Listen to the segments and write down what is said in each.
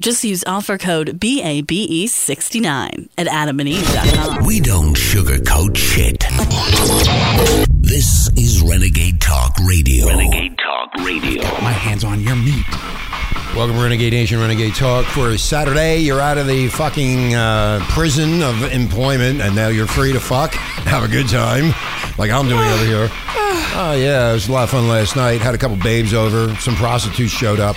Just use offer code BABE69 E at adamandeve.com. We don't sugarcoat shit. This is Renegade Talk Radio. Renegade Talk Radio. My hands on your meat. Welcome, Renegade Nation, Renegade Talk. For Saturday, you're out of the fucking uh, prison of employment, and now you're free to fuck. Have a good time, like I'm doing over here. Oh yeah, it was a lot of fun last night. Had a couple babes over. Some prostitutes showed up.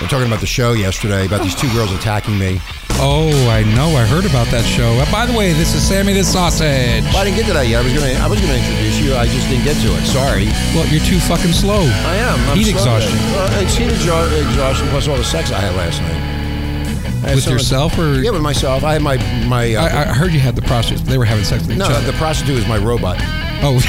We're talking about the show yesterday about these two girls attacking me. Oh, I know. I heard about that show. Uh, by the way, this is Sammy the Sausage. Well, I didn't get to that yet. I was gonna, I was gonna introduce you. I just didn't get to it. Sorry. Well, you're too fucking slow. I am. I'm Heat slow exhaustion. today. Well, it's heat exha- exhaustion plus all the sex I had last night. I had With so much- yourself or- yeah, with myself. I had my my. Uh, I, I heard you had the prostitutes. They were having sex with each no, other. the prostitute is my robot. Oh,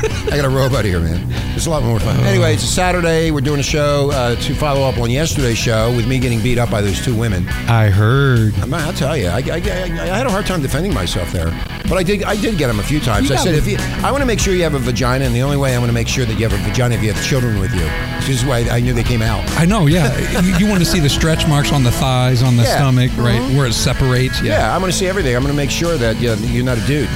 I got a robot here, man. It's a lot more fun. Anyway, it's a Saturday. We're doing a show uh, to follow up on yesterday's show with me getting beat up by those two women. I heard. I'm, I'll tell you, I, I, I, I had a hard time defending myself there, but I did. I did get him a few times. You I got said, me. if you, I want to make sure you have a vagina, and the only way I want to make sure that you have a vagina if you have children with you. This is why I knew they came out. I know, yeah. you, you want to see the stretch marks on the thighs, on the Yeah. Uh-huh. stomach, right? Where it separates. Yeah, I'm going to see everything. I'm going to make sure that you know, you're not a dude.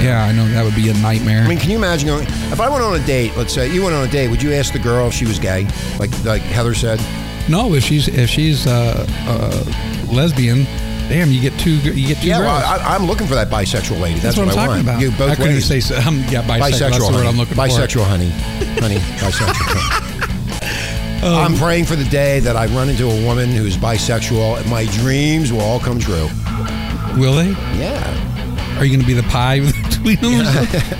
Yeah, I know. That would be a nightmare. I mean, can you imagine going, if I went on a date? Let's say you went on a date. Would you ask the girl if she was gay? Like like Heather said. no, if she's if she's uh, uh, lesbian, damn, you get two you get two Yeah, girls. well, I, I'm looking for that bisexual lady. That's, that's, what I'm I talking want. about. You I both couldn't ways. say so. I'm, yeah, bisexual. bisexual. That's the word honey. I'm looking for. bisexual, honey. Honey, bisexual. Um, I'm praying for the day that I run into a woman who's bisexual and my dreams will all come true. Will they? Yeah. Are you going to be the pie between them? or something?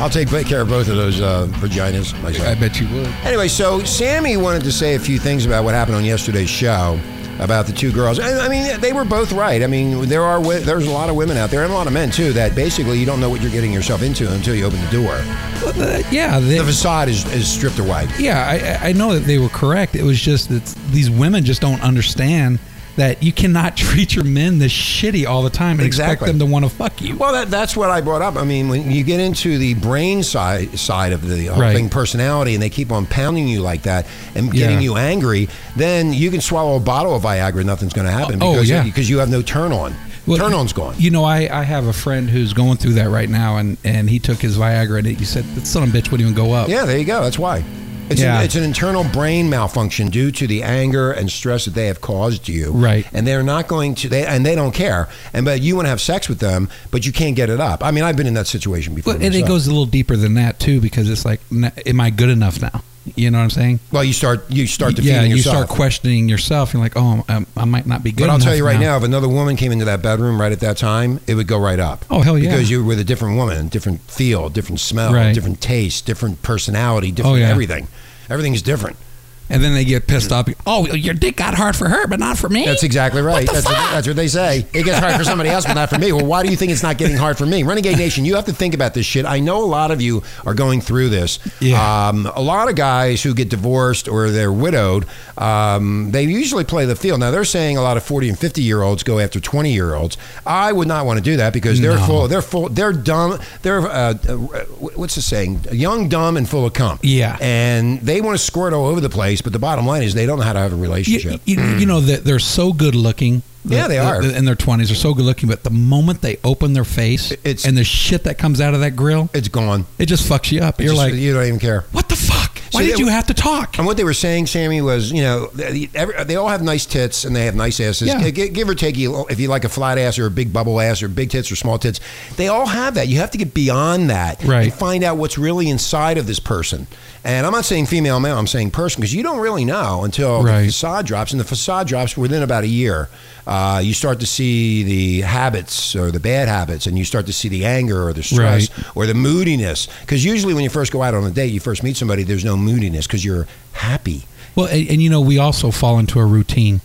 I'll take great care of both of those uh, vaginas myself. I bet you would. Anyway, so Sammy wanted to say a few things about what happened on yesterday's show about the two girls. I, I mean, they were both right. I mean, there are wo- there's a lot of women out there and a lot of men too that basically you don't know what you're getting yourself into until you open the door. Uh, yeah, they, The facade is, is stripped away. yeah. I, I know that they were correct. It was just that these women just don't understand that you cannot treat your men this shitty all the time and Exactly. expect them to want to fuck you. Well, that, that's what I brought up. I mean, when you get into the brain side side of the whole Right. thing, personality, and they keep on pounding you like that and getting Yeah. you angry, then you can swallow a bottle of Viagra, nothing's going to happen Oh, oh, because yeah. because you have no turn on. Well, turn on's gone. You know, I, I have a friend who's going through that right now, and, and he took his Viagra, and it, you said that son of a bitch wouldn't even go up. yeah, there you go. That's why. It's, Yeah. an, it's an internal brain malfunction due to the anger and stress that they have caused you. Right. And they're not going to, they, and they don't care. And but you want to have sex with them, but you can't get it up. I mean, I've been in that situation before. Well, and it myself. goes a little deeper than that too, because it's like, n- am I good enough now? You know what I'm saying? Well, you start, you start defeating yeah, you yourself. start questioning yourself. You're like, oh, I'm, I might not be good. But I'll enough tell you right now. now, if another woman came into that bedroom right at that time, it would go right up. Oh, hell yeah. Because you were with a different woman, different feel, different smell, Right. Oh, different taste, different personality, different yeah. everything. Everything's different. And then they get pissed off. Oh, your dick got hard for her, but not for me. That's exactly right. that's, what, that's what they say. It gets hard for somebody else, but not for me. Well, why do you think it's not getting hard for me? Renegade Nation, you have to think about this shit. I know a lot of you are going through this. Yeah. Um, a lot of guys who get divorced or they're widowed, um, they usually play the field. Now, they're saying a lot of 40 and 50 year olds go after 20 year olds. I would not want to do that because they're full, they're full, they're dumb, they're, uh, uh, what's the saying? Young, dumb, and full of cum. Yeah. And they want to squirt all over the place, but the bottom line is they don't know how to have a relationship. You, you, you know that they're so good looking. Yeah, they The- are. the- in their twenties, they're so good looking. But the moment they open their face, It's- and the shit that comes out of that grill, it's gone. it just fucks you up. You're Just- like, you don't even care. what the fuck? Why So did they- you have to talk? And what they were saying, Sammy, was you know they, every, they all have nice tits and they have nice asses. Yeah. Gi- gi- Give or take, you if you like a flat ass or a big bubble ass or big tits or small tits, they all have that. You have to get beyond that Right. and find out what's really inside of this person. And I'm not saying female, male. I'm saying person because you don't really know until the Right. facade drops. And the facade drops within about a year. Uh, you start to see the habits or the bad habits, and you start to see the anger or the stress Right. or the moodiness. Because usually when you first go out on a date, you first meet somebody, there's no moodiness because you're happy. Well, and, and you know, we also fall into a routine.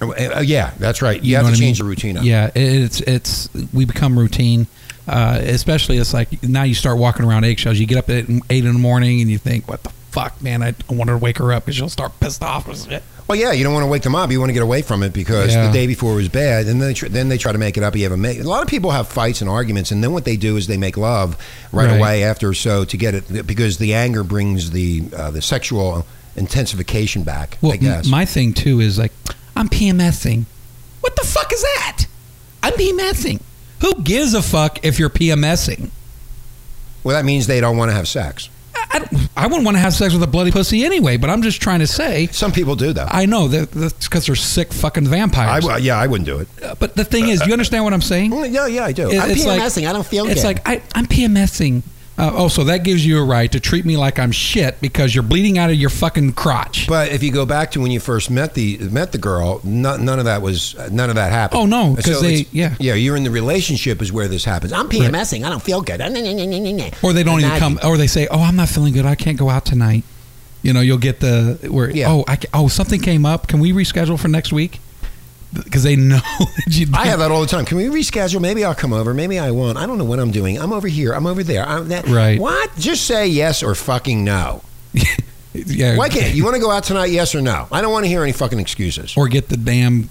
Uh, uh, yeah, that's right. You, know have to what I change mean? the routine up. Yeah, it- it's it's we become routine. Uh, especially, it's like now you start walking around eggshells. You get up at eight in the morning and you think, "What the fuck, man? I want to wake her up because she'll start pissed off." or something." Well, yeah, you don't want to wake them up. You want to get away from it because Yeah. the day before was bad, and then they tr- then they try to make it up. You have a ma- a lot of people have fights and arguments, and then what they do is they make love right, Right. away after, so to get it because the anger brings the uh, the sexual intensification back. Well, I guess. m- my thing too is like, I'm PMSing. What the fuck is that? I'm PMSing. Who gives a fuck if you're PMSing? well, that means they don't want to have sex. I, I, don't- I wouldn't want to have sex with a bloody pussy anyway. But I'm just trying to say, Some people do though. I know that that's because they're sick fucking I vampires. w- yeah, I wouldn't do it. Uh, but the thing is, do you understand what I'm saying? Mm, Yeah, yeah, I do. It- I'm it's like- PMSing. I don't feel It's good. like I, I'm PMSing. Uh, oh, so that gives you a right to treat me like I'm shit because you're bleeding out of your fucking crotch. But if you go back to when you first met the met the girl, no, none of that was none of that happened. Oh, no, 'cause they- it's- yeah. yeah, you're in the relationship is where this happens. I'm PMSing. I don't feel good. or they don't even Imagine. come. Or they say, "Oh, I'm not feeling good. I can't go out tonight." You know, you'll get the where. Yeah. Oh, I, ca- oh, something came up. Can we reschedule for next week? Because they know that you. I have that all the time. Can we reschedule? Maybe I'll come over. Maybe I won't. I don't know what I'm doing. I'm over here. I'm over there. I'm that. Right. What? Just say yes or fucking no. yeah. Why can't you want to go out tonight? Yes or no? I don't want to hear any fucking excuses. Or get the damn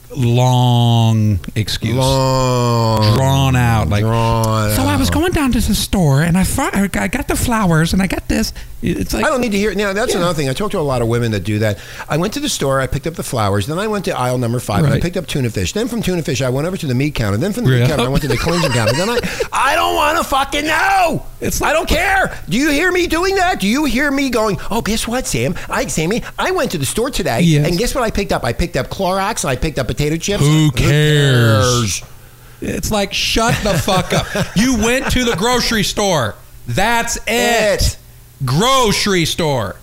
long excuse, Long, drawn out. Like, drawn so I was out. going down to the store and I, fi- I got the flowers and I got this. It's like I don't need to hear. Now that's Yeah. another thing. I talk to a lot of women that do that. I went to the store. I picked up the flowers. Then I went to aisle number five. And I Right. picked up tuna fish. Then from tuna fish, I went over to the meat counter. Then from the meat Yeah. counter, I went to the cleansing counter. Then I, I don't want to fucking know. It's I don't care. Do you hear me doing that? Do you hear me going? Oh, guess what, Sam? I, Sammy, I went to the store today, Yes. and guess what I picked up? I picked up Clorox and I picked up potato chips. Who cares? It's like, shut the fuck up. You went to the grocery store. That's it. It. Grocery store.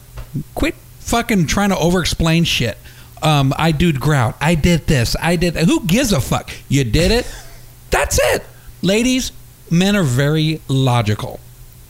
Quit fucking trying to over explain shit. Um, I did grout. I did this. I did. Who gives a fuck? You did it. That's it. Ladies, men are very logical.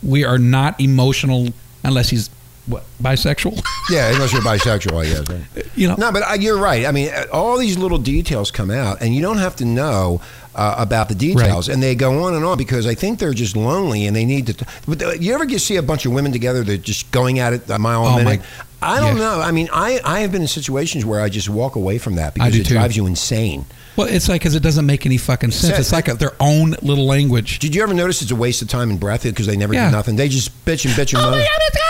We are not emotional unless he's what bisexual. Yeah, unless you're bisexual, I guess. right? you know. No, but uh, you're right. I mean, uh, all these little details come out, and you don't have to know uh, about the details, and they go on and on because I think they're just lonely and they need to. T- but uh, you ever just see a bunch of women together? They're just going at it a mile Oh, a my- minute. I don't yes. know. I mean, I, I have been in situations where I just walk away from that because do it too. drives you insane. Well, it's like because it doesn't make any fucking sense. It's like a, their own little language. Did you ever notice it's a waste of time and breath because they never Yeah. do nothing? They just bitch and bitch and Oh my moan. God, it's-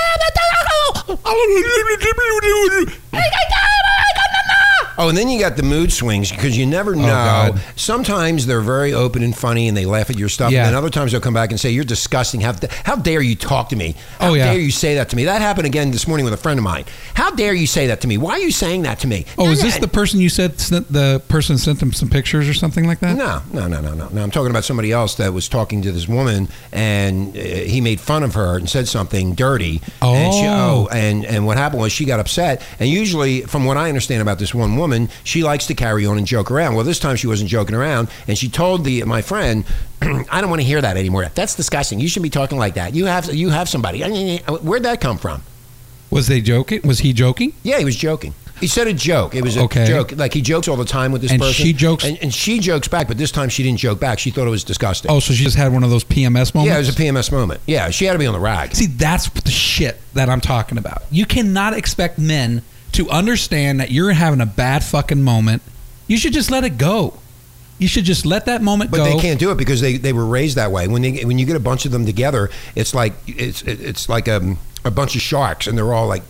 Oh, and then you got the mood swings because you never know. Oh, God. Sometimes they're very open and funny and they laugh at your stuff. Yeah. And then other times they'll come back and say, You're disgusting. How, how dare you talk to me? How Oh, yeah. dare you say that to me? That happened again this morning with a friend of mine. How dare you say that to me? Why are you saying that to me? Oh, is this the person you said sent, the person sent them some pictures or something like that? No, no, no, no, no, no. I'm talking about somebody else that was talking to this woman, and uh, he made fun of her and said something dirty. and she, Oh. oh, and and what happened was she got upset. And usually, from what I understand about this one woman, she likes to carry on and joke around. Well, this time she wasn't joking around, and she told the my friend, "I don't want to hear that anymore. That's disgusting. You should be talking like that. You have you have somebody. Where'd that come from? Was they joking? Was he joking? Yeah, he was joking. He said a joke. It was a Okay. joke. Like he jokes all the time with this And person. she jokes- and, and she jokes back, but this time she didn't joke back. She thought it was disgusting. Oh, so she just had one of those PMS moments. yeah, it was a PMS moment. Yeah, she had to be on the rag. See, that's the shit that I'm talking about. You cannot expect men to understand that you're having a bad fucking moment. You should just let it go. You should just let that moment But go. they can't do it because they, they were raised that way. When they when you get a bunch of them together, it's like it's it's like um, a bunch of sharks, and they're all like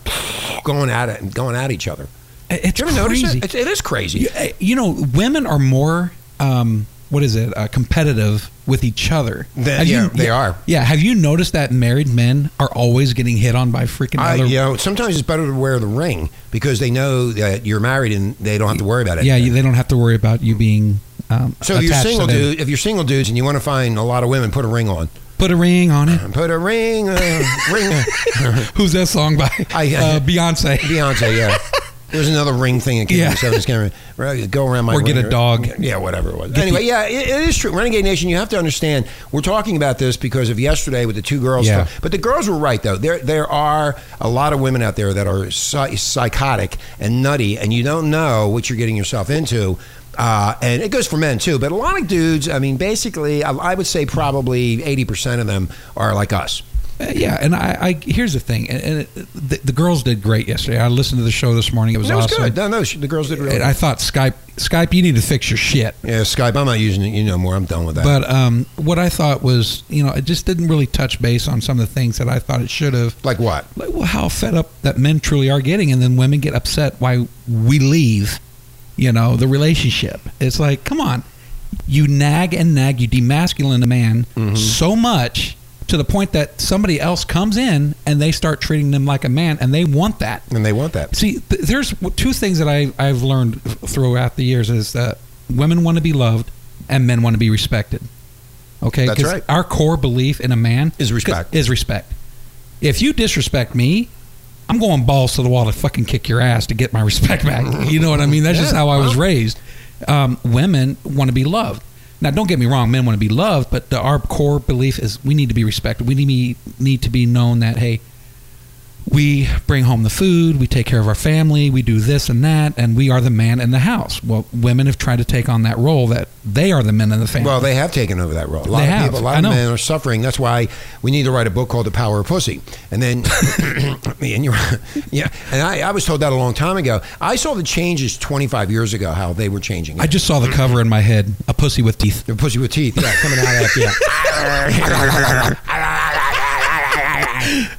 going at it and going at each other. It's Did you ever notice crazy. it? It's, it is crazy. You, eh, you know, women are more um, what is it uh, competitive with each other. They- Have yeah, they are. Yeah, have you noticed that married men are always getting hit on by freaking I, other? you know, sometimes it's better to wear the ring because they know that you're married and they don't have to worry about it. Yeah, you, they don't have to worry about you being. Um, So if you're attached to single, them. dude. If you're single dudes and you want to find a lot of women, put a ring on. Put a ring on it. Put a ring, uh, ring. Who's that song by? Uh-huh. I- uh, Beyonce. Beyonce, yeah. There's another ring thing that came Yeah. yeah. seven camera. Right, Go around my Or get ring. a dog. Yeah, whatever it was. anyway, yeah, it, it is true. Renegade Nation, you have to understand. We're talking about this because of yesterday with the two girls. Yeah. But the girls were right though. There there are a lot of women out there that are psy- psychotic and nutty, and you don't know what you're getting yourself into. Uh, and it goes for men too, but a lot of dudes. I mean, basically, I, I would say probably eighty percent of them are like us. Uh, yeah, and I, I here's the thing, and, and it, the, the girls did great yesterday. I listened to the show this morning; it was That was awesome. good. No, no, she- the girls did really. And I thought Skype, Skype, you need to fix your shit. Yeah, Skype. I'm not using it. You know more. I'm done with that. But um, what I thought was, you know, it just didn't really touch base on some of the things that I thought it should have. like what? Like, well, how fed up that men truly are getting, and then women get upset why we leave, you know, the relationship. It's like, come on, you nag and nag, you demasculine a man so much to the point that somebody else comes in and they start treating them like a man, and they want that. And they want that. See, th- there's w- two things that I, I've learned throughout the years is that women want to be loved and men want to be respected. Okay, That's 'Cause right. Our core belief in a man Is respect. Is respect. If you disrespect me, I'm going balls to the wall to fucking kick your ass to get my respect back. You know what I mean? That's just Yeah, how I was well. raised. Um, women want to be loved. Now, don't get me wrong, men want to be loved, but the, our core belief is we need to be respected. We need to be, need to be known that hey, we bring home the food, we take care of our family, we do this and that, and we are the man in the house. Well, women have tried to take on that role that they are the men in the family. Well, they have taken over that role. A lot They of have. people, a lot I of know. men are suffering. That's why we need to write a book called The Power of Pussy. And then, and you're, yeah. And I, I was told that a long time ago. I saw the changes 25 years ago, how they were changing. I just saw the cover in my head, a pussy with teeth. The pussy with teeth, yeah, coming out after you.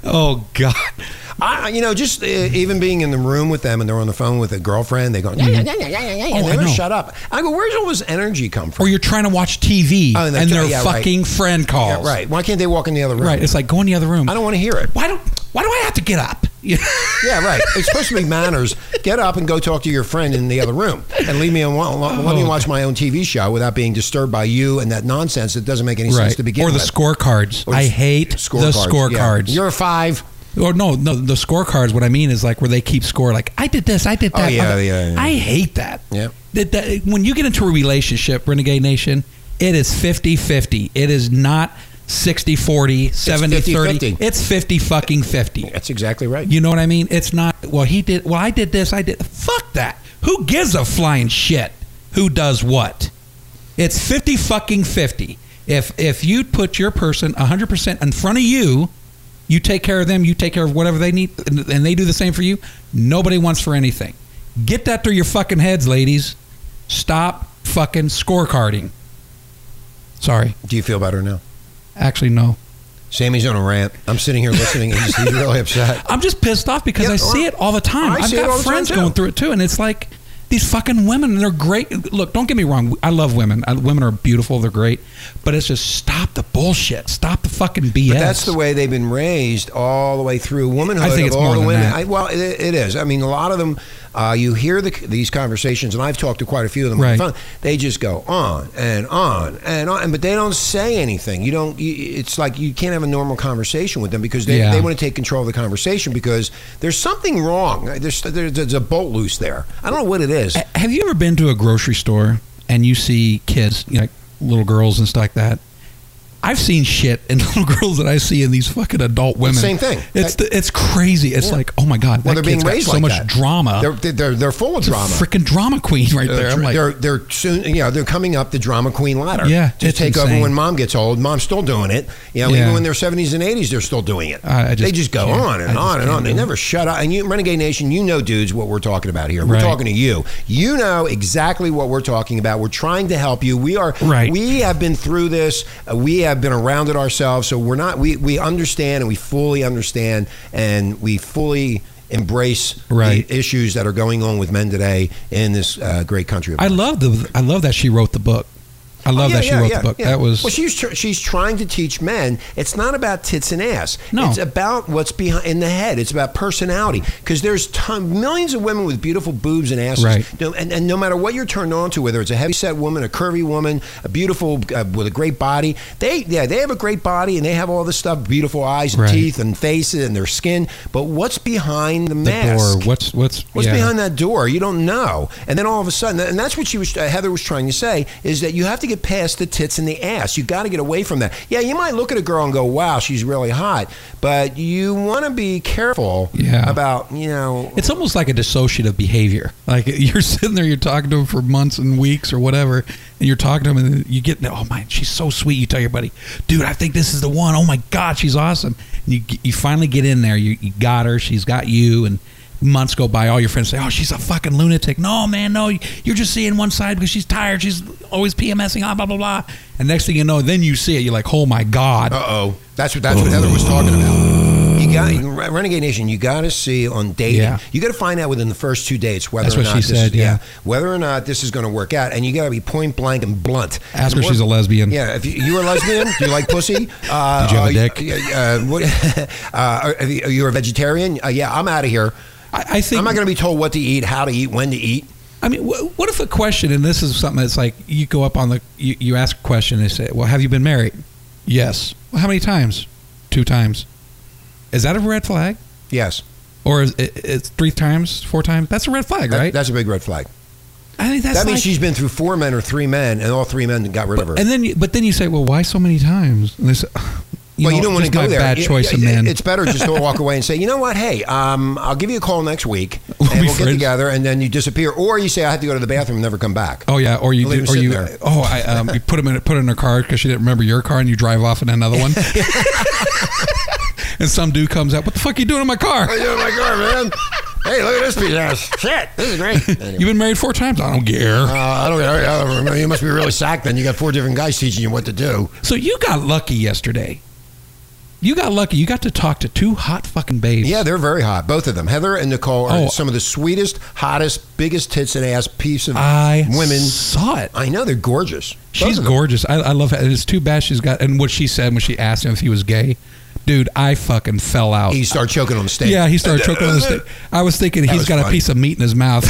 Oh God! I, you know, just uh, even being in the room with them and they're on the phone with a girlfriend, they go, yeah, yeah, yeah, yeah, yeah, yeah, and Oh, I they don't know. shut up. I go, where's all this energy come from? Or you're trying to watch TV Oh, and and, they're- their yeah, right. fucking friend Yeah, calls. right. Why can't they walk in the other room? right. It's like go in the other room. I don't want to hear it. Why don't? Why do I have to get up? Yeah. Yeah, right. It's supposed to be manners. Get up and go talk to your friend in the other room, and leave me alone. Let Oh. me watch my own TV show without being disturbed by you and that nonsense that doesn't make any sense to begin or the with. scorecards. Or I s- hate the scorecards. Yeah. You're a five. Or no, no, the scorecards. What I mean is like where they keep score. Like I did this, I did Oh, that. yeah, I, yeah, yeah. I hate that. Yeah. That, that- when you get into a relationship, Renegade Nation, it is 50-50. It is not 60-40, 70-30. 50-50. It's 50 fucking 50. That's exactly right. You know what I mean? It's not. Well, he did. Well, I did this. I did. Fuck that. Who gives a flying shit? Who does what? It's fifty fucking fifty. If if you put your person hundred percent in front of you, you take care of them. You take care of whatever they need, and, and they do the same for you. Nobody wants for anything. Get that through your fucking heads, ladies. Stop fucking scorecarding. Sorry, Do you feel better now? actually no. Sammy's on a rant. I'm sitting here listening, and he's, he's really upset. I'm just pissed off because Yeah, I see or- it all the time. I I've see it all got the time, friends too. going through it too, and it's like these fucking women. and They're great. Look, don't get me wrong. I love women. I, women are beautiful. They're great. But it's just stop the bullshit. Stop the fucking BS. But that's the way they've been raised all the way through womanhood. I think of it's all more the than women. that. I, well, it, it is. I mean, a lot of them. Uh, you hear the, these conversations, and I've talked to quite a few of them. on the Right. phone. They just go on and on and on, but they don't say anything. You don't. You, it's like you can't have a normal conversation with them because they, Yeah. they want to take control of the conversation because there's something wrong. There's, there's there's a bolt loose there. I don't know what it is. A- Have you ever been to a grocery store and you see kids, you know, like little girls and stuff like that? I've seen shit in little girls that I see in these fucking adult women. Same thing. It's the, it's crazy. It's like, oh my god, Well, that they're being kid's got raised so like much that. drama. They're they're, they're full of drama. Freaking drama queen right there. I'm like, they're they're soon you know they're coming up the drama queen ladder Yeah, to it's take over insane. when mom gets old. Mom's still doing it. You know, Yeah. even when they're seventies and eighties, they're still doing it. I- I just they just go can't. on I and just on and can't on. They do it. never shut up. And you, Renegade Nation, you know, dudes, what we're talking about here. We're Right. talking to you. You know exactly what we're talking about. We're trying to help you. We are. Right. We have been through this. Uh, we have been around it ourselves. So we're not. We we understand and we fully understand and we fully. Embrace Right. the issues that are going on with men today in this uh, great country. Of I love the I love that she wrote the book. I love Oh, yeah, that she yeah, wrote yeah, the book. yeah. That was well. She's tr- she's trying to teach men. It's not about tits and ass. No. it's about what's behind in the head. It's about personality. Because there's ton- millions of women with beautiful boobs and asses. Right. No, and, and no matter what you're turned on to, whether it's a heavy set woman, a curvy woman, a beautiful uh, with a great body, they yeah they have a great body and they have all this stuff, beautiful eyes and Right. teeth and faces and their skin. But what's behind the, the mask? door. What's what's What's yeah. behind that door? You don't know. And then all of a sudden, and that's what she was, uh, Heather was trying to say, is that you have to get past the tits and the ass. You got to get away from that. Yeah, you might look at a girl and go, "Wow, she's really hot," but you want to be careful Yeah. about you know. It's almost like a dissociative behavior. Like you're sitting there, you're talking to him for months and weeks or whatever, and you're talking to him, and you get, oh man, she's so sweet. You tell your buddy, dude, I think this is the one. Oh my god, she's awesome. And you you finally get in there, you, you got her, she's got you, and months go by. All your friends say, oh, she's a fucking lunatic. No man, no, you're just seeing one side because she's tired. She's always PMSing. ah, Blah blah blah. And next thing you know, then you see it. You're like, oh my god. Uh oh, that's what that's what Heather was talking about. You got Re- Renegade Nation. You got to see on dating. Yeah. You got to find out within the first two dates whether That's or what not she this is- said, yeah. whether or not this is going to work out, and you got to be point blank and blunt. And Ask her if she's a lesbian. Yeah, if you, you are a lesbian, do you like pussy? Uh, Did you have a are dick? Uh, what, uh, are, are you- are you a vegetarian? Uh, yeah, I'm out of here. I, I think I'm not going to be told what to eat, how to eat, when to eat. I mean, wh- what if a question, and this is something that's like you go up on the, you, you ask a question, they say, Well, have you been married? Yes. Well, how many times? Two times. Is that a red flag? Yes, Or is it, it's three times, four times? That's a red flag, That- right? that's a big red flag. I think that's that means like- she's been through four men or three men, and all three men got rid of her. And then, you, but then you say, Well, why so many times? And they say, well, you know, don't want to just go my there. Bad It- choice it- of men. It's better just to walk away and say, you know what? Hey, um, I'll give you a call next week, We'll and be we'll get friends. together, and then you disappear, or you say I had to go to the bathroom and never come back. Oh yeah, or you Leave her do, or sitting you there. oh I um, you put him in put in her car because she didn't remember your car and you drive off in another one, and some dude comes out. What the fuck are you doing in my car? What are you doing in my car, man? hey, look at this piece of ass. Shit, this is great. Anyway. You've been married four times. I don't care. Uh, I don't I don't remember. You must be really sacked then. You got four different guys teaching you what to do. So you got lucky yesterday. You got lucky. You got to talk to two hot fucking babes. Yeah, they're very hot. Both of them. Heather and Nicole are Oh. some of the sweetest, hottest, biggest tits and ass piece of I women. saw it. I know they're gorgeous. Both She's of them. gorgeous. I, I love her. It's too bad she's got. And what she said when she asked him if he was gay, dude, I fucking fell out. He started choking on the steak. yeah, he started choking on the stick. I was thinking That he's was got a funny. piece of meat in his mouth,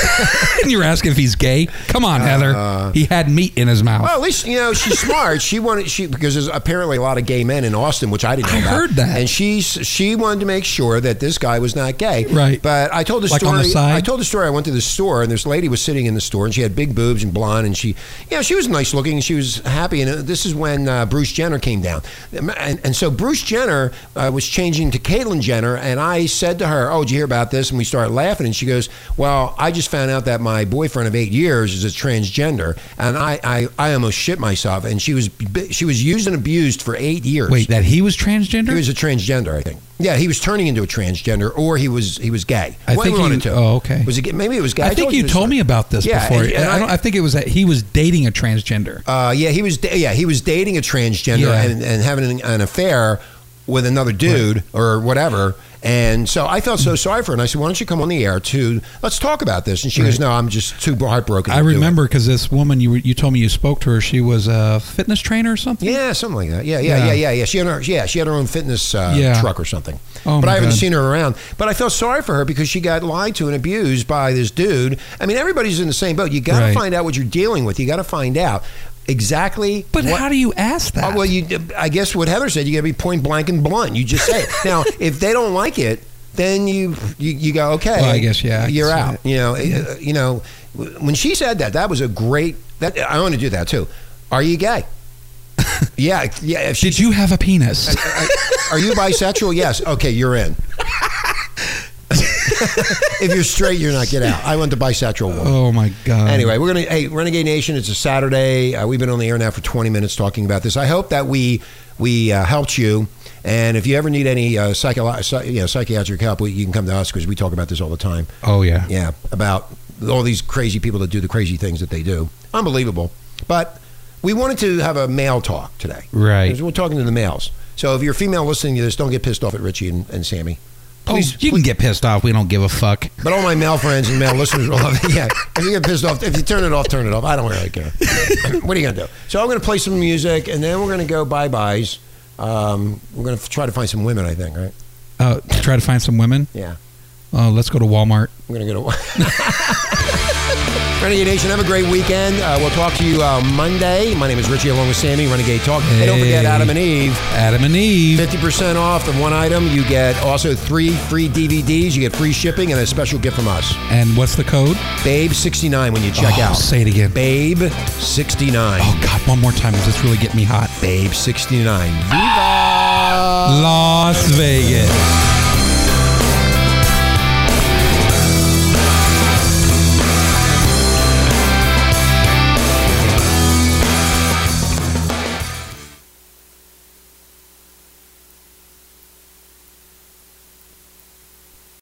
and you're asking if he's gay. Come on, Heather. he had meat in his mouth. Uh, Well, Oh, at least you know she's smart. She wanted she because there's apparently a lot of gay men in Austin, which I didn't. know I about. heard that. and she she wanted to make sure that this guy was not gay. Right. But I told the Like story. on the side? I told the story. I went to the store, and this lady was sitting in the store, and she had big boobs and blonde, and she, you know, she was nice looking, and she was happy. And uh, this is when uh, Bruce Jenner came down, and, and so Bruce Jenner uh, was changing to Caitlyn Jenner, and I said to her, "Oh, did you hear about this?" And we started laughing, and she goes, "Well, I just found out that my boyfriend of eight years is a transgender, and I, I, I almost shit myself." And she was she was used and abused for eight years. Wait, that he was transgender? He was a transgender, I think. Yeah, he was turning into a transgender, or he was he was gay. I One think of one he- of the two. oh, okay. Was it gay? maybe it was gay? I, think told you this told me story. about this Yeah, before. and- and I, I- don't, I think it was that he was dating a transgender. Uh, yeah, he was. da- Yeah, he was dating a transgender Yeah. and, and having an, an affair with another dude or whatever. And so I felt so sorry for her, and I said, "Why don't you come on the air to let's talk about this?" And she goes, "No, I'm just too heartbroken." I to do it." remember because this woman you you told me you spoke to her. She was a fitness trainer or something. Yeah, something like that. Yeah, yeah, yeah, Yeah. yeah, yeah. She had her, yeah, she had her own fitness uh, Yeah. truck or something. Oh, but my I haven't God. seen her around. But I felt sorry for her because she got lied to and abused by this dude. I mean, everybody's in the same boat. You got to Right. find out what you're dealing with. You got to find out exactly. But what, how do you ask that? Oh, well, you, I guess what Heather said, you got to be point blank and blunt. You just say it. now, if they don't like it, then you you, you go okay. Well, I guess, yeah, I can you're see out. that. You know, uh, you know. w- When she said that, that was a great. That I want to do that too. Are you gay? yeah, yeah. If she, Did you have a penis? are you bisexual? Yes. Okay, you're in. if you're straight, you're not. Get out. I want the bisexual one. oh my god. Anyway, we're gonna hey Renegade Nation. It's a Saturday. Uh, we've been on the air now for 20 minutes talking about this. I hope that we we uh, helped you. And if you ever need any uh, psycholo- psy- you know, psychiatric help, we, you can come to us because we talk about this all the time. Oh yeah. Yeah, about all these crazy people that do the crazy things that they do. Unbelievable. But we wanted to have a male talk today. Right. Because We're talking to the males. So if you're a female listening to this, don't get pissed off at Richie and, and Sammy. Please, oh, you can get pissed off. We don't give a fuck. But all my male friends and male listeners will love it. Yeah. If you get pissed off, if you turn it off, turn it off. I don't really care. what are you going to do? So I'm going to play some music and then we're going to go bye byes. Um, we're going to try to find some women, I think, right? Uh, to try to find some women. Yeah. Uh, let's go to Walmart. I'm going to go to. Renegade Nation, have a great weekend. Uh, we'll talk to you uh, Monday. My name is Richie along with Sammy, Renegade Talk. And don't forget Hey. Adam and Eve. Adam and Eve. 50% off the one item. You get also three free DVDs. You get free shipping and a special gift from us. And what's the code? Babe69 when you check Oh, out. Say it again. Babe69. Oh God, one more time. 'cause This really getting me hot. Babe69. Viva! Las Vegas.